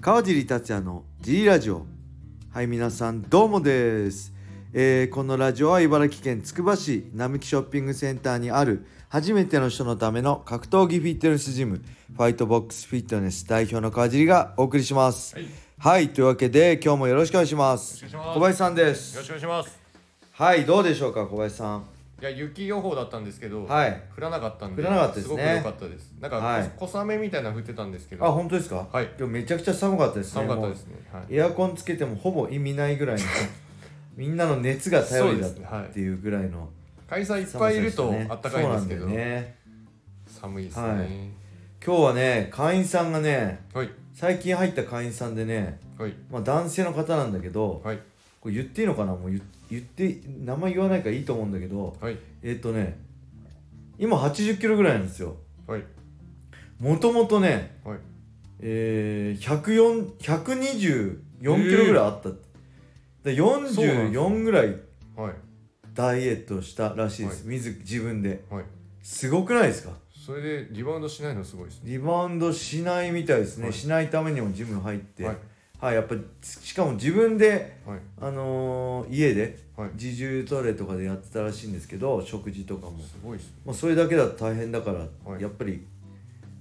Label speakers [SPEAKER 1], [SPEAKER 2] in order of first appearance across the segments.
[SPEAKER 1] 川尻達也の G ラジオはい皆さんどうもです、えーこのラジオは茨城県つくば市並木ショッピングセンターにある初めての人のための格闘技フィットネスジムファイトボックスフィットネス代表の川尻がお送りします
[SPEAKER 2] はい
[SPEAKER 1] は
[SPEAKER 2] よ
[SPEAKER 1] い、というわけで今日もよろしくお願いします
[SPEAKER 2] よろしくお願いします
[SPEAKER 1] 小林さんで
[SPEAKER 2] ろし
[SPEAKER 1] す
[SPEAKER 2] くお願いします
[SPEAKER 1] はいどうでしょうか小林さん
[SPEAKER 2] いや雪予報だったんですけど、
[SPEAKER 1] はい
[SPEAKER 2] 降らなかったんで
[SPEAKER 1] 降らなかったですね
[SPEAKER 2] ごく良かったですなんか、
[SPEAKER 1] はい
[SPEAKER 2] 小小雨みたいなの降ってたんですけ
[SPEAKER 1] あ
[SPEAKER 2] ど
[SPEAKER 1] 本当ですか
[SPEAKER 2] はい
[SPEAKER 1] 今日めちゃくちゃ寒かったですね
[SPEAKER 2] 寒かったですねはい
[SPEAKER 1] エアコンつけてもほぼ意味ないぐ らいのみんなの熱が頼りだ
[SPEAKER 2] そうですねはい
[SPEAKER 1] っていうぐらいの
[SPEAKER 2] 会社いっ
[SPEAKER 1] 寒
[SPEAKER 2] ぱ
[SPEAKER 1] さ
[SPEAKER 2] いい
[SPEAKER 1] で
[SPEAKER 2] る
[SPEAKER 1] した
[SPEAKER 2] と
[SPEAKER 1] ね、
[SPEAKER 2] 暖かいんですけ
[SPEAKER 1] そ
[SPEAKER 2] ど、
[SPEAKER 1] うなんだよね
[SPEAKER 2] 寒いですね
[SPEAKER 1] は今日はね会員さんがね
[SPEAKER 2] はい
[SPEAKER 1] 最近入った会員さんでね、
[SPEAKER 2] はい
[SPEAKER 1] まあ、男性の方なんだけど、
[SPEAKER 2] はい
[SPEAKER 1] これ言っていいのかなもう言言って名前言わないからいいと思うんだけど
[SPEAKER 2] はい
[SPEAKER 1] えっ、とね今8 0キロぐらいなんですよ
[SPEAKER 2] はい
[SPEAKER 1] もともとね、
[SPEAKER 2] はい
[SPEAKER 1] えー、104 124キロぐらいあったって、で
[SPEAKER 2] そうなんです
[SPEAKER 1] 44ぐらい
[SPEAKER 2] はい
[SPEAKER 1] ダイエットしたらしいです、自自分で
[SPEAKER 2] はい
[SPEAKER 1] すごくないですか
[SPEAKER 2] それでリバウンドしないのすごいですね
[SPEAKER 1] リバウンドしないみたいですね、
[SPEAKER 2] はい
[SPEAKER 1] しないためにもジム入っては
[SPEAKER 2] はいい、
[SPEAKER 1] やっぱしかも自分で
[SPEAKER 2] はい
[SPEAKER 1] あのー家で
[SPEAKER 2] はい
[SPEAKER 1] 自重トレとかでやってたらしいんですけど食事とかも、
[SPEAKER 2] すごいですね
[SPEAKER 1] まあ、それだけだと大変だから、
[SPEAKER 2] はい
[SPEAKER 1] やっぱり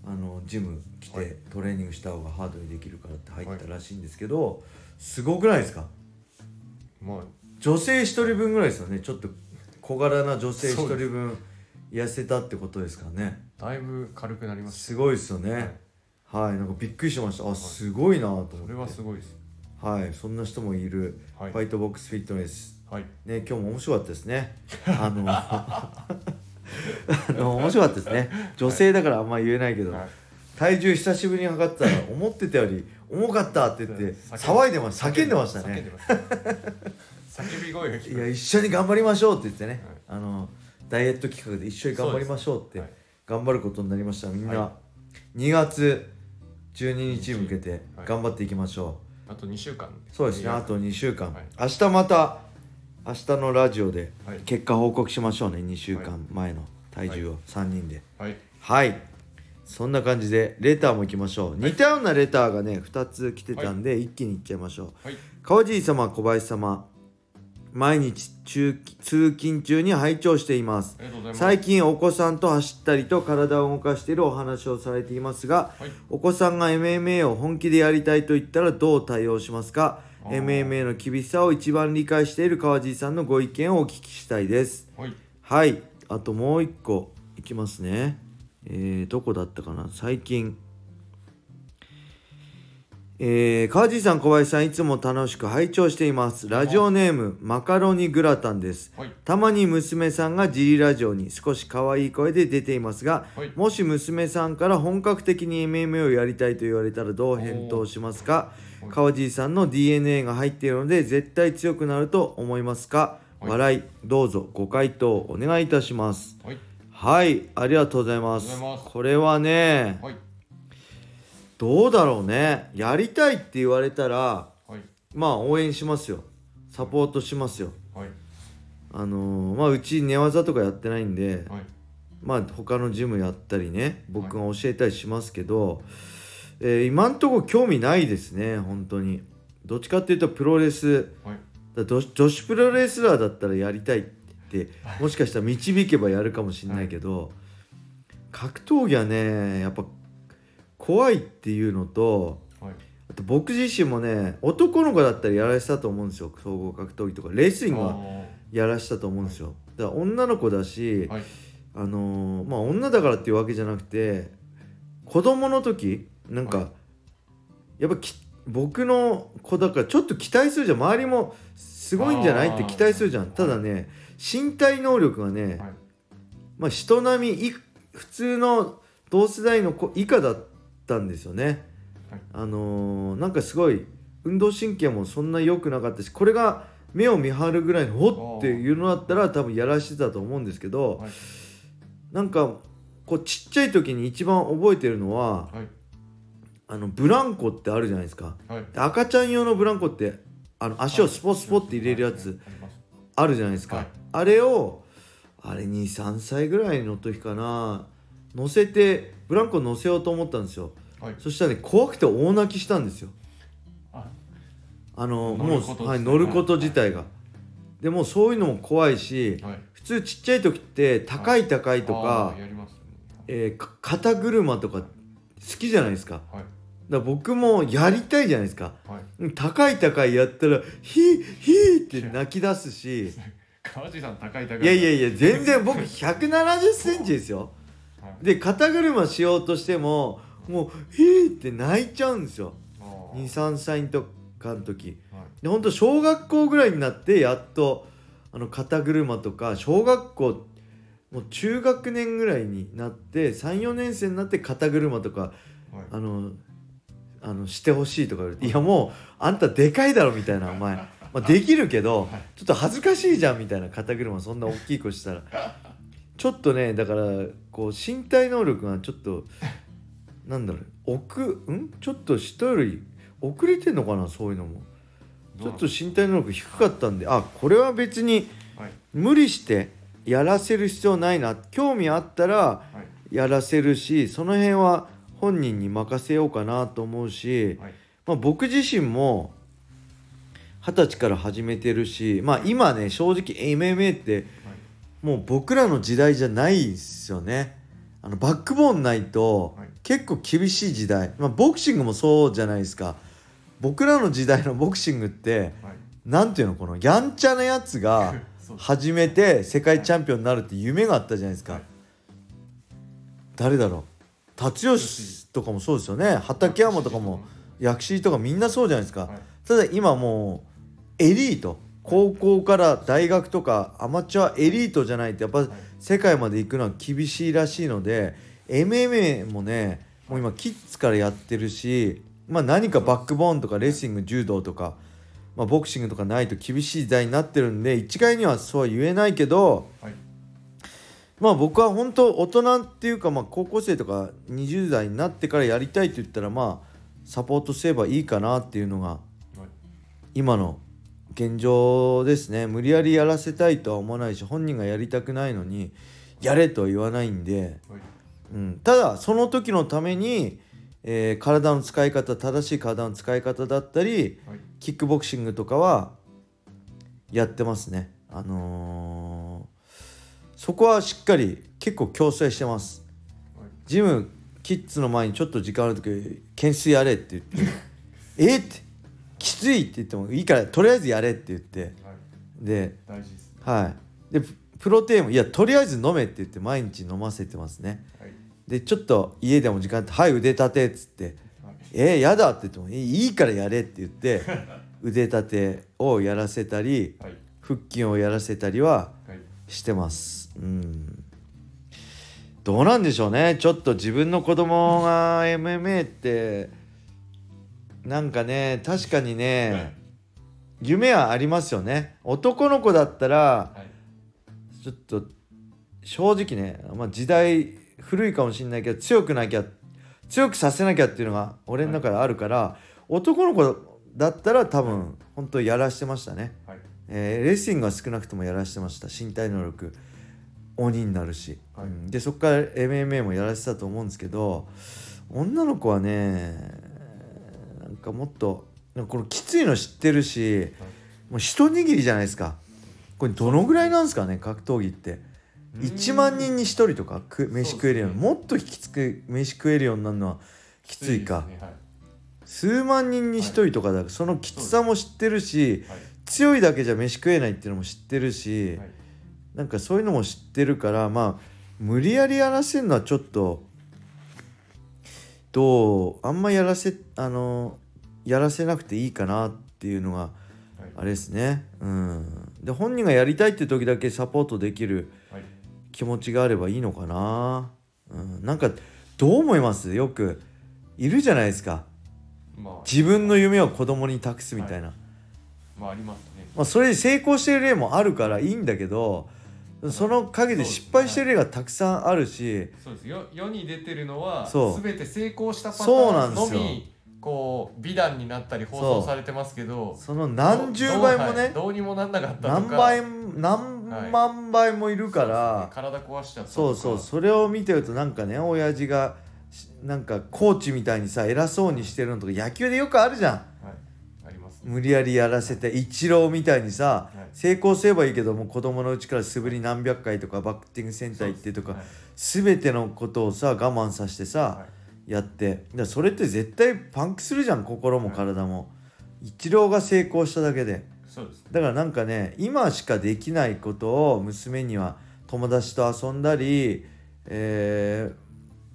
[SPEAKER 1] あのジム来て、
[SPEAKER 2] はい
[SPEAKER 1] トレーニングした方がハードにできるからって入ったらしいんですけど、すごくないですか
[SPEAKER 2] まあ
[SPEAKER 1] 女性一人分ぐらいですよねちょっと小柄な女性一人
[SPEAKER 2] そうで
[SPEAKER 1] 分痩せたってことですからね
[SPEAKER 2] だいぶ軽くなります
[SPEAKER 1] すごいですよね
[SPEAKER 2] はい
[SPEAKER 1] はい、なんかびっくりしましたあすごいなと思って
[SPEAKER 2] それはすごいです
[SPEAKER 1] はいそんな人もいる、
[SPEAKER 2] はい
[SPEAKER 1] ファイトボックスフィットネス
[SPEAKER 2] はい
[SPEAKER 1] ね今日も面白かったですねあの あの面白かったですね女性だからあんま言えないけど、
[SPEAKER 2] はい
[SPEAKER 1] 体重久しぶりに測ったら思ってたより重かったって言って騒いでました叫んでました
[SPEAKER 2] 叫ん
[SPEAKER 1] ね
[SPEAKER 2] でました叫び声が聞こえ
[SPEAKER 1] いや一緒に頑張りましょうって言ってね、あのダイエット企画で一緒に頑張りましょうって
[SPEAKER 2] そうです
[SPEAKER 1] 頑張ることになりましたみんな、
[SPEAKER 2] は
[SPEAKER 1] 2月12日に向けて
[SPEAKER 2] はい
[SPEAKER 1] 頑張っていきましょう、
[SPEAKER 2] あと2週間
[SPEAKER 1] そうですねあと2週間、
[SPEAKER 2] はい
[SPEAKER 1] 明日また明日のラジオで
[SPEAKER 2] はい
[SPEAKER 1] 結果報告しましょうね2週間前の体重を3人で
[SPEAKER 2] はい
[SPEAKER 1] はい、そんな感じでレターもいきましょう、似たようなレターがね2つ来てたんで、一気にいっちゃいましょう
[SPEAKER 2] はい
[SPEAKER 1] 川尻様小林様毎日中通勤中に拝聴しています
[SPEAKER 2] ありがとうございます
[SPEAKER 1] 最近お子さんと走ったりと体を動かしているお話をされていますが、
[SPEAKER 2] はい
[SPEAKER 1] お子さんが MMA を本気でやりたいと言ったらどう対応しますか
[SPEAKER 2] あー
[SPEAKER 1] MMA の厳しさを一番理解している川尻さんのご意見をお聞きしたいです
[SPEAKER 2] はい
[SPEAKER 1] はいあともう一個いきますねえー、どこだったかな最近えー、川尻さん小林さんいつも楽しく拝聴していますラジオネームマカロニグラタンです
[SPEAKER 2] はい
[SPEAKER 1] たまに娘さんがジリラジオに少し可愛い声で出ていますが、
[SPEAKER 2] はい
[SPEAKER 1] もし娘さんから本格的に MMA をやりたいと言われたらどう返答しますか
[SPEAKER 2] おー
[SPEAKER 1] 川尻さんの DNA が入っているので絶対強くなると思いますか、
[SPEAKER 2] はい
[SPEAKER 1] 笑いどうぞご回答お願いいたします
[SPEAKER 2] はい
[SPEAKER 1] はいありがとうございます
[SPEAKER 2] ありがとうございます
[SPEAKER 1] これはね
[SPEAKER 2] はい
[SPEAKER 1] どうだろうねやりたいって言われたら
[SPEAKER 2] はい
[SPEAKER 1] まあ応援しますよサポートしますよ
[SPEAKER 2] はい
[SPEAKER 1] あのーまあうち寝技とかやってないんで、
[SPEAKER 2] はい
[SPEAKER 1] まあ他のジムやったりね僕が
[SPEAKER 2] は
[SPEAKER 1] 教えたりしますけど、えー今んとこ興味ないですね本当にどっちかっていうとプロレス
[SPEAKER 2] はい
[SPEAKER 1] だ女女子プロレスラーだったらやりたいってもしかしたら導けばやるかもしれないけど、格闘技はねやっぱ怖いっていうのと
[SPEAKER 2] はい
[SPEAKER 1] あと僕自身もね男の子だったらやらせたと思うんですよ総合格闘技とかレスリングはやらせたと思うんですよだから女の子だし、
[SPEAKER 2] はい
[SPEAKER 1] あのーまあ女だからっていうわけじゃなくて子供の時なんか、
[SPEAKER 2] は
[SPEAKER 1] やっぱき僕の子だからちょっと期待するじゃん周りもすごいんじゃない
[SPEAKER 2] あー
[SPEAKER 1] って期待するじゃん
[SPEAKER 2] はい
[SPEAKER 1] ただね身体能力がね、
[SPEAKER 2] はい
[SPEAKER 1] まあ人並みい普通の同世代の子以下だったんですよね、
[SPEAKER 2] はい
[SPEAKER 1] あのーなんかすごい運動神経もそんな良くなかったしこれが目を見張るぐらいのおっっていうのだったら多分やらしてたと思うんですけど、
[SPEAKER 2] はい
[SPEAKER 1] なんかこうちっちゃい時に一番覚えてるのは
[SPEAKER 2] はい
[SPEAKER 1] あのブランコってあるじゃないですか
[SPEAKER 2] はい
[SPEAKER 1] で赤ちゃん用のブランコってあの足をスポスポって入れるや
[SPEAKER 2] はい
[SPEAKER 1] つ
[SPEAKER 2] あります
[SPEAKER 1] あるじゃないですか、
[SPEAKER 2] はい
[SPEAKER 1] あれをあれ23歳ぐらいの時かな乗せてブランコ乗せようと思ったんですよ
[SPEAKER 2] はい
[SPEAKER 1] そしたらね怖くて大泣きしたんですよあの
[SPEAKER 2] 乗
[SPEAKER 1] も
[SPEAKER 2] ること自
[SPEAKER 1] う、
[SPEAKER 2] 体
[SPEAKER 1] はい、乗ること自体が、でもうそういうのも怖いし
[SPEAKER 2] はい
[SPEAKER 1] 普通ちっちゃい時って高い高いとか、
[SPEAKER 2] あーやりますよね
[SPEAKER 1] えーか肩車とか好きじゃないですかだか
[SPEAKER 2] はい
[SPEAKER 1] ら僕もやりたいじゃないですか
[SPEAKER 2] はい
[SPEAKER 1] 高い高いやったらヒーヒーって泣き出す し
[SPEAKER 2] 川地さん高い高い
[SPEAKER 1] いやいやいや全然僕1 7 0ンチですよ
[SPEAKER 2] はい
[SPEAKER 1] で肩車しようとしてももうヒーって泣いちゃうんですよ
[SPEAKER 2] あー
[SPEAKER 1] 23歳とかの時
[SPEAKER 2] はい
[SPEAKER 1] でほんと小学校ぐらいになってやっとあの肩車とか小学校もう中学年ぐらいになって34年生になって肩車とか
[SPEAKER 2] はい
[SPEAKER 1] あのあのしてほしいとか言われて「いやもうあんたでかいだろ」みたいな「お前、まあ、できるけど
[SPEAKER 2] はい
[SPEAKER 1] ちょっと恥ずかしいじゃん」みたいな肩車そんな大きい子したらちょっとねだからこう身体能力がちょっとなんだろう奥んちょっと人より遅れてんのかなそういうのもち
[SPEAKER 2] ど
[SPEAKER 1] ょ
[SPEAKER 2] うな
[SPEAKER 1] っ
[SPEAKER 2] ん
[SPEAKER 1] と
[SPEAKER 2] です
[SPEAKER 1] 身体能力低かったんであこれは別に
[SPEAKER 2] かはい
[SPEAKER 1] 無理してやらせる必要ないな興味あったら
[SPEAKER 2] はい
[SPEAKER 1] やらせるしその辺は本人に任せようかなと思うし、
[SPEAKER 2] はい
[SPEAKER 1] まあ、僕自身も二十歳から始めてるし、まあ、今ね正直 MMA ってもう僕らの時代じゃないんですよねあのバックボーンないと
[SPEAKER 2] はい
[SPEAKER 1] 結構厳しい時代、まあ、ボクシングもそうじゃないですか僕らの時代のボクシングって
[SPEAKER 2] はいはい
[SPEAKER 1] 何ていうのこのやんちゃなやつが
[SPEAKER 2] そうです
[SPEAKER 1] 始めて世界チャンピオンになるって夢があったじゃないですか、
[SPEAKER 2] はい
[SPEAKER 1] 誰だろう達吉とかもそうですよね畠山とかも薬師とかみんなそうじゃないですか、
[SPEAKER 2] はい
[SPEAKER 1] ただ今もうエリート高校から大学とかアマチュアエリートじゃないとやっぱ
[SPEAKER 2] はい
[SPEAKER 1] 世界まで行くのは厳しいらしいので MMA もねもう今キッズからやってるし、まあ、何かバックボーンとかレスリング柔道とか、まあ、ボクシングとかないと厳しい時代になってるんで一概にはそうは言えないけど
[SPEAKER 2] はい
[SPEAKER 1] まあ僕は本当大人っていうかまあ高校生とか20代になってからやりたいって言ったらまあサポートすればいいかなっていうのが
[SPEAKER 2] はい
[SPEAKER 1] 今の現状ですね無理やりやらせたいとは思わないし本人がやりたくないのにやれとは言わないんで、
[SPEAKER 2] はい
[SPEAKER 1] うん、ただその時のために、えー体の使い方正しい体の使い方だったり
[SPEAKER 2] はい
[SPEAKER 1] キックボクシングとかはやってますねあのーそこはしっかり結構強制してます
[SPEAKER 2] はい
[SPEAKER 1] ジムキッズの前にちょっと時間ある時懸垂やれって言って「えっ?」って 「きつい」って言っても「いいからとりあえずやれ」って言って
[SPEAKER 2] はい
[SPEAKER 1] で
[SPEAKER 2] 大事ですね
[SPEAKER 1] はいでププロテインも「いやとりあえず飲め」って言って毎日飲ませてますね
[SPEAKER 2] はい
[SPEAKER 1] でちょっと家でも時間あって「はい腕立て」っつって
[SPEAKER 2] はい
[SPEAKER 1] 「えー、やだ」って言っても「えいいからやれ」って言って腕立てをやらせたり
[SPEAKER 2] はい
[SPEAKER 1] 腹筋をやらせたりは
[SPEAKER 2] はい
[SPEAKER 1] してますうんどうなんでしょうねちょっと自分の子供が MMA ってなんかね確かにね夢はありますよね男の子だったら
[SPEAKER 2] はい
[SPEAKER 1] ちょっと正直ね、まあ、時代古いかもしれないけど強くなきゃ強くさせなきゃっていうのが俺の中であるから、男の子だったら多分本当やらしてましたね。
[SPEAKER 2] はい
[SPEAKER 1] えーレスリングは少なくともやらしてました身体能力鬼になるし、
[SPEAKER 2] はい
[SPEAKER 1] うんでそこから MMA もやらせてたと思うんですけど女の子はねなんかもっとなんかこのきついの知ってるし、もう一握りじゃないですかこれどのぐらいなんですかね格闘技って
[SPEAKER 2] うーん
[SPEAKER 1] 1万人に1人とかく飯食えるように
[SPEAKER 2] そうです
[SPEAKER 1] もっときつく飯食えるようになるのはきついか
[SPEAKER 2] ですね
[SPEAKER 1] 数万人に1人とかだからそのきつさも知ってるし、
[SPEAKER 2] はい
[SPEAKER 1] 強いだけじゃ飯食えないっていうのも知ってるし、
[SPEAKER 2] はいはい
[SPEAKER 1] なんかそういうのも知ってるからまあ無理やりやらせるのはちょっとどうあんまやらせあのやらせなくていいかなっていうのが
[SPEAKER 2] はい
[SPEAKER 1] あれですねうんで本人がやりたいって時だけサポートできる
[SPEAKER 2] はい
[SPEAKER 1] 気持ちがあればいいのかな、うん、なんかどう思いますよくいるじゃないですか
[SPEAKER 2] まあ
[SPEAKER 1] 自分の夢を子供に託すみたいな、
[SPEAKER 2] まあありますね
[SPEAKER 1] まあ、それで成功してる例もあるからいいんだけどその陰で失敗してる例がたくさんあるし
[SPEAKER 2] そうですよ世に出てるのは
[SPEAKER 1] そう
[SPEAKER 2] 全て成功したパタ
[SPEAKER 1] そうな
[SPEAKER 2] ー
[SPEAKER 1] ん
[SPEAKER 2] ン
[SPEAKER 1] です
[SPEAKER 2] の
[SPEAKER 1] よ
[SPEAKER 2] みこう美談になったり放送されてますけど
[SPEAKER 1] その何十倍も
[SPEAKER 2] はい
[SPEAKER 1] ね
[SPEAKER 2] どうにもなんなかったとか
[SPEAKER 1] 何倍何万倍もいるから
[SPEAKER 2] 体壊しちゃった
[SPEAKER 1] そうそうそれを見てるとなんかね親父がしなんかコーチみたいにさ偉そうにしてるのとか野球でよくあるじゃん
[SPEAKER 2] うはいあります
[SPEAKER 1] 無理やりやらせてイチローみたいにさ
[SPEAKER 2] はい
[SPEAKER 1] 成功すればいいけども子供のうちから素振り何百回とかバッティングセンター行ってとか、
[SPEAKER 2] はい
[SPEAKER 1] 全てのことをさ我慢させてさ、
[SPEAKER 2] は
[SPEAKER 1] やってだからそれって絶対パンクするじゃん心も体も、一郎が成功しただけで
[SPEAKER 2] そうですね
[SPEAKER 1] だからなんかね今しかできないことを娘には友達と遊んだり、えー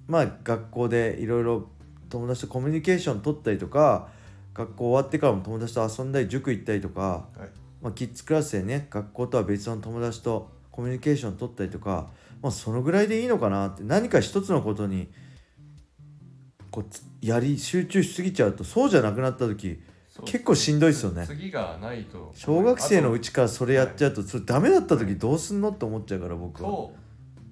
[SPEAKER 1] まあ学校でいろいろ友達とコミュニケーション取ったりとか学校終わってからも友達と遊んだり塾行ったりとか、
[SPEAKER 2] はい
[SPEAKER 1] まあ、キッズクラスでね学校とは別の友達とコミュニケーション取ったりとか、まあ、そのぐらいでいいのかなって何か一つのことにこうつやり集中しすぎちゃうとそうじゃなくなった時
[SPEAKER 2] そう
[SPEAKER 1] 結構しんどいっすよね
[SPEAKER 2] 次がないと
[SPEAKER 1] 小学生の
[SPEAKER 2] う
[SPEAKER 1] う
[SPEAKER 2] ち
[SPEAKER 1] ちからそれやっちゃうとそれダメだった時どうすんのって思っちゃうから僕は。
[SPEAKER 2] と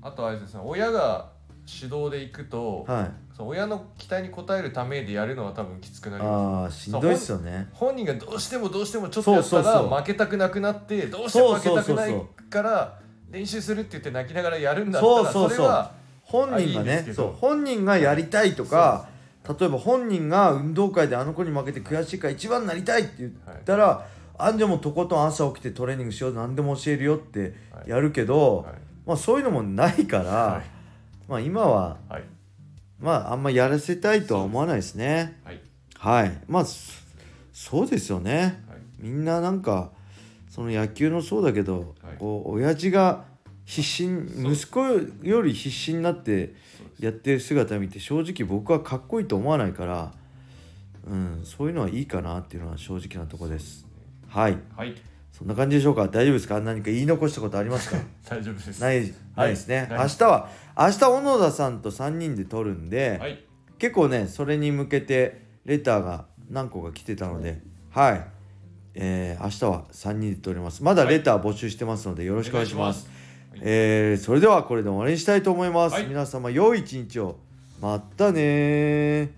[SPEAKER 2] あとあれですね親が指導で行くと、
[SPEAKER 1] はい、
[SPEAKER 2] その親の期待に応えるためでやるのは多分きつくなります
[SPEAKER 1] あーしんどいっすよね。
[SPEAKER 2] 本人がどうしてもどうしてもちょっとやった
[SPEAKER 1] そうそうそ
[SPEAKER 2] ら
[SPEAKER 1] う
[SPEAKER 2] 負けたくなくなってどうしても負けたくな
[SPEAKER 1] そう
[SPEAKER 2] い
[SPEAKER 1] そう
[SPEAKER 2] から練習するって言って泣きながらやるんだったら
[SPEAKER 1] そうそ
[SPEAKER 2] そう
[SPEAKER 1] そう
[SPEAKER 2] れは
[SPEAKER 1] 本人が
[SPEAKER 2] あいいです
[SPEAKER 1] ね
[SPEAKER 2] けど
[SPEAKER 1] そう本人がやりたいとか例えば本人が運動会であの子に負けて悔しいから一番になりたいって言ったら、あんじゃもうとことん朝起きてトレーニングしよう何でも教えるよって
[SPEAKER 2] はい
[SPEAKER 1] やるけど、
[SPEAKER 2] はい
[SPEAKER 1] まあそういうのもないから、
[SPEAKER 2] は
[SPEAKER 1] まあ今はい
[SPEAKER 2] はい
[SPEAKER 1] まああんまやらせたいとは思わないですね。
[SPEAKER 2] はい
[SPEAKER 1] はい、まあそそうですよね。
[SPEAKER 2] はい
[SPEAKER 1] みんななんかその野球のそうだけど、
[SPEAKER 2] はい
[SPEAKER 1] こう親父が必死
[SPEAKER 2] そう
[SPEAKER 1] に息子より必死になって
[SPEAKER 2] そうです
[SPEAKER 1] やってる姿見て正直僕はかっこいいと思わないから、うん、そういうのはいいかなっていうのは正直なとこです。はい
[SPEAKER 2] はい
[SPEAKER 1] そんな感じでしょうか大丈夫ですか何か言い残したことあり ますか
[SPEAKER 2] 大丈夫です
[SPEAKER 1] ないないですね、
[SPEAKER 2] ない
[SPEAKER 1] 明日は明日小野田さんと3人で撮るんで、
[SPEAKER 2] はい
[SPEAKER 1] 結構ねそれに向けてレターが何個か来てたのではい、えー明日は3人で撮りますまだレター募集してますのでよろしくお願いします,、
[SPEAKER 2] お願いします
[SPEAKER 1] えーそれではこれで終わりにしたいと思います、
[SPEAKER 2] はい
[SPEAKER 1] 皆様良い一日をまたねー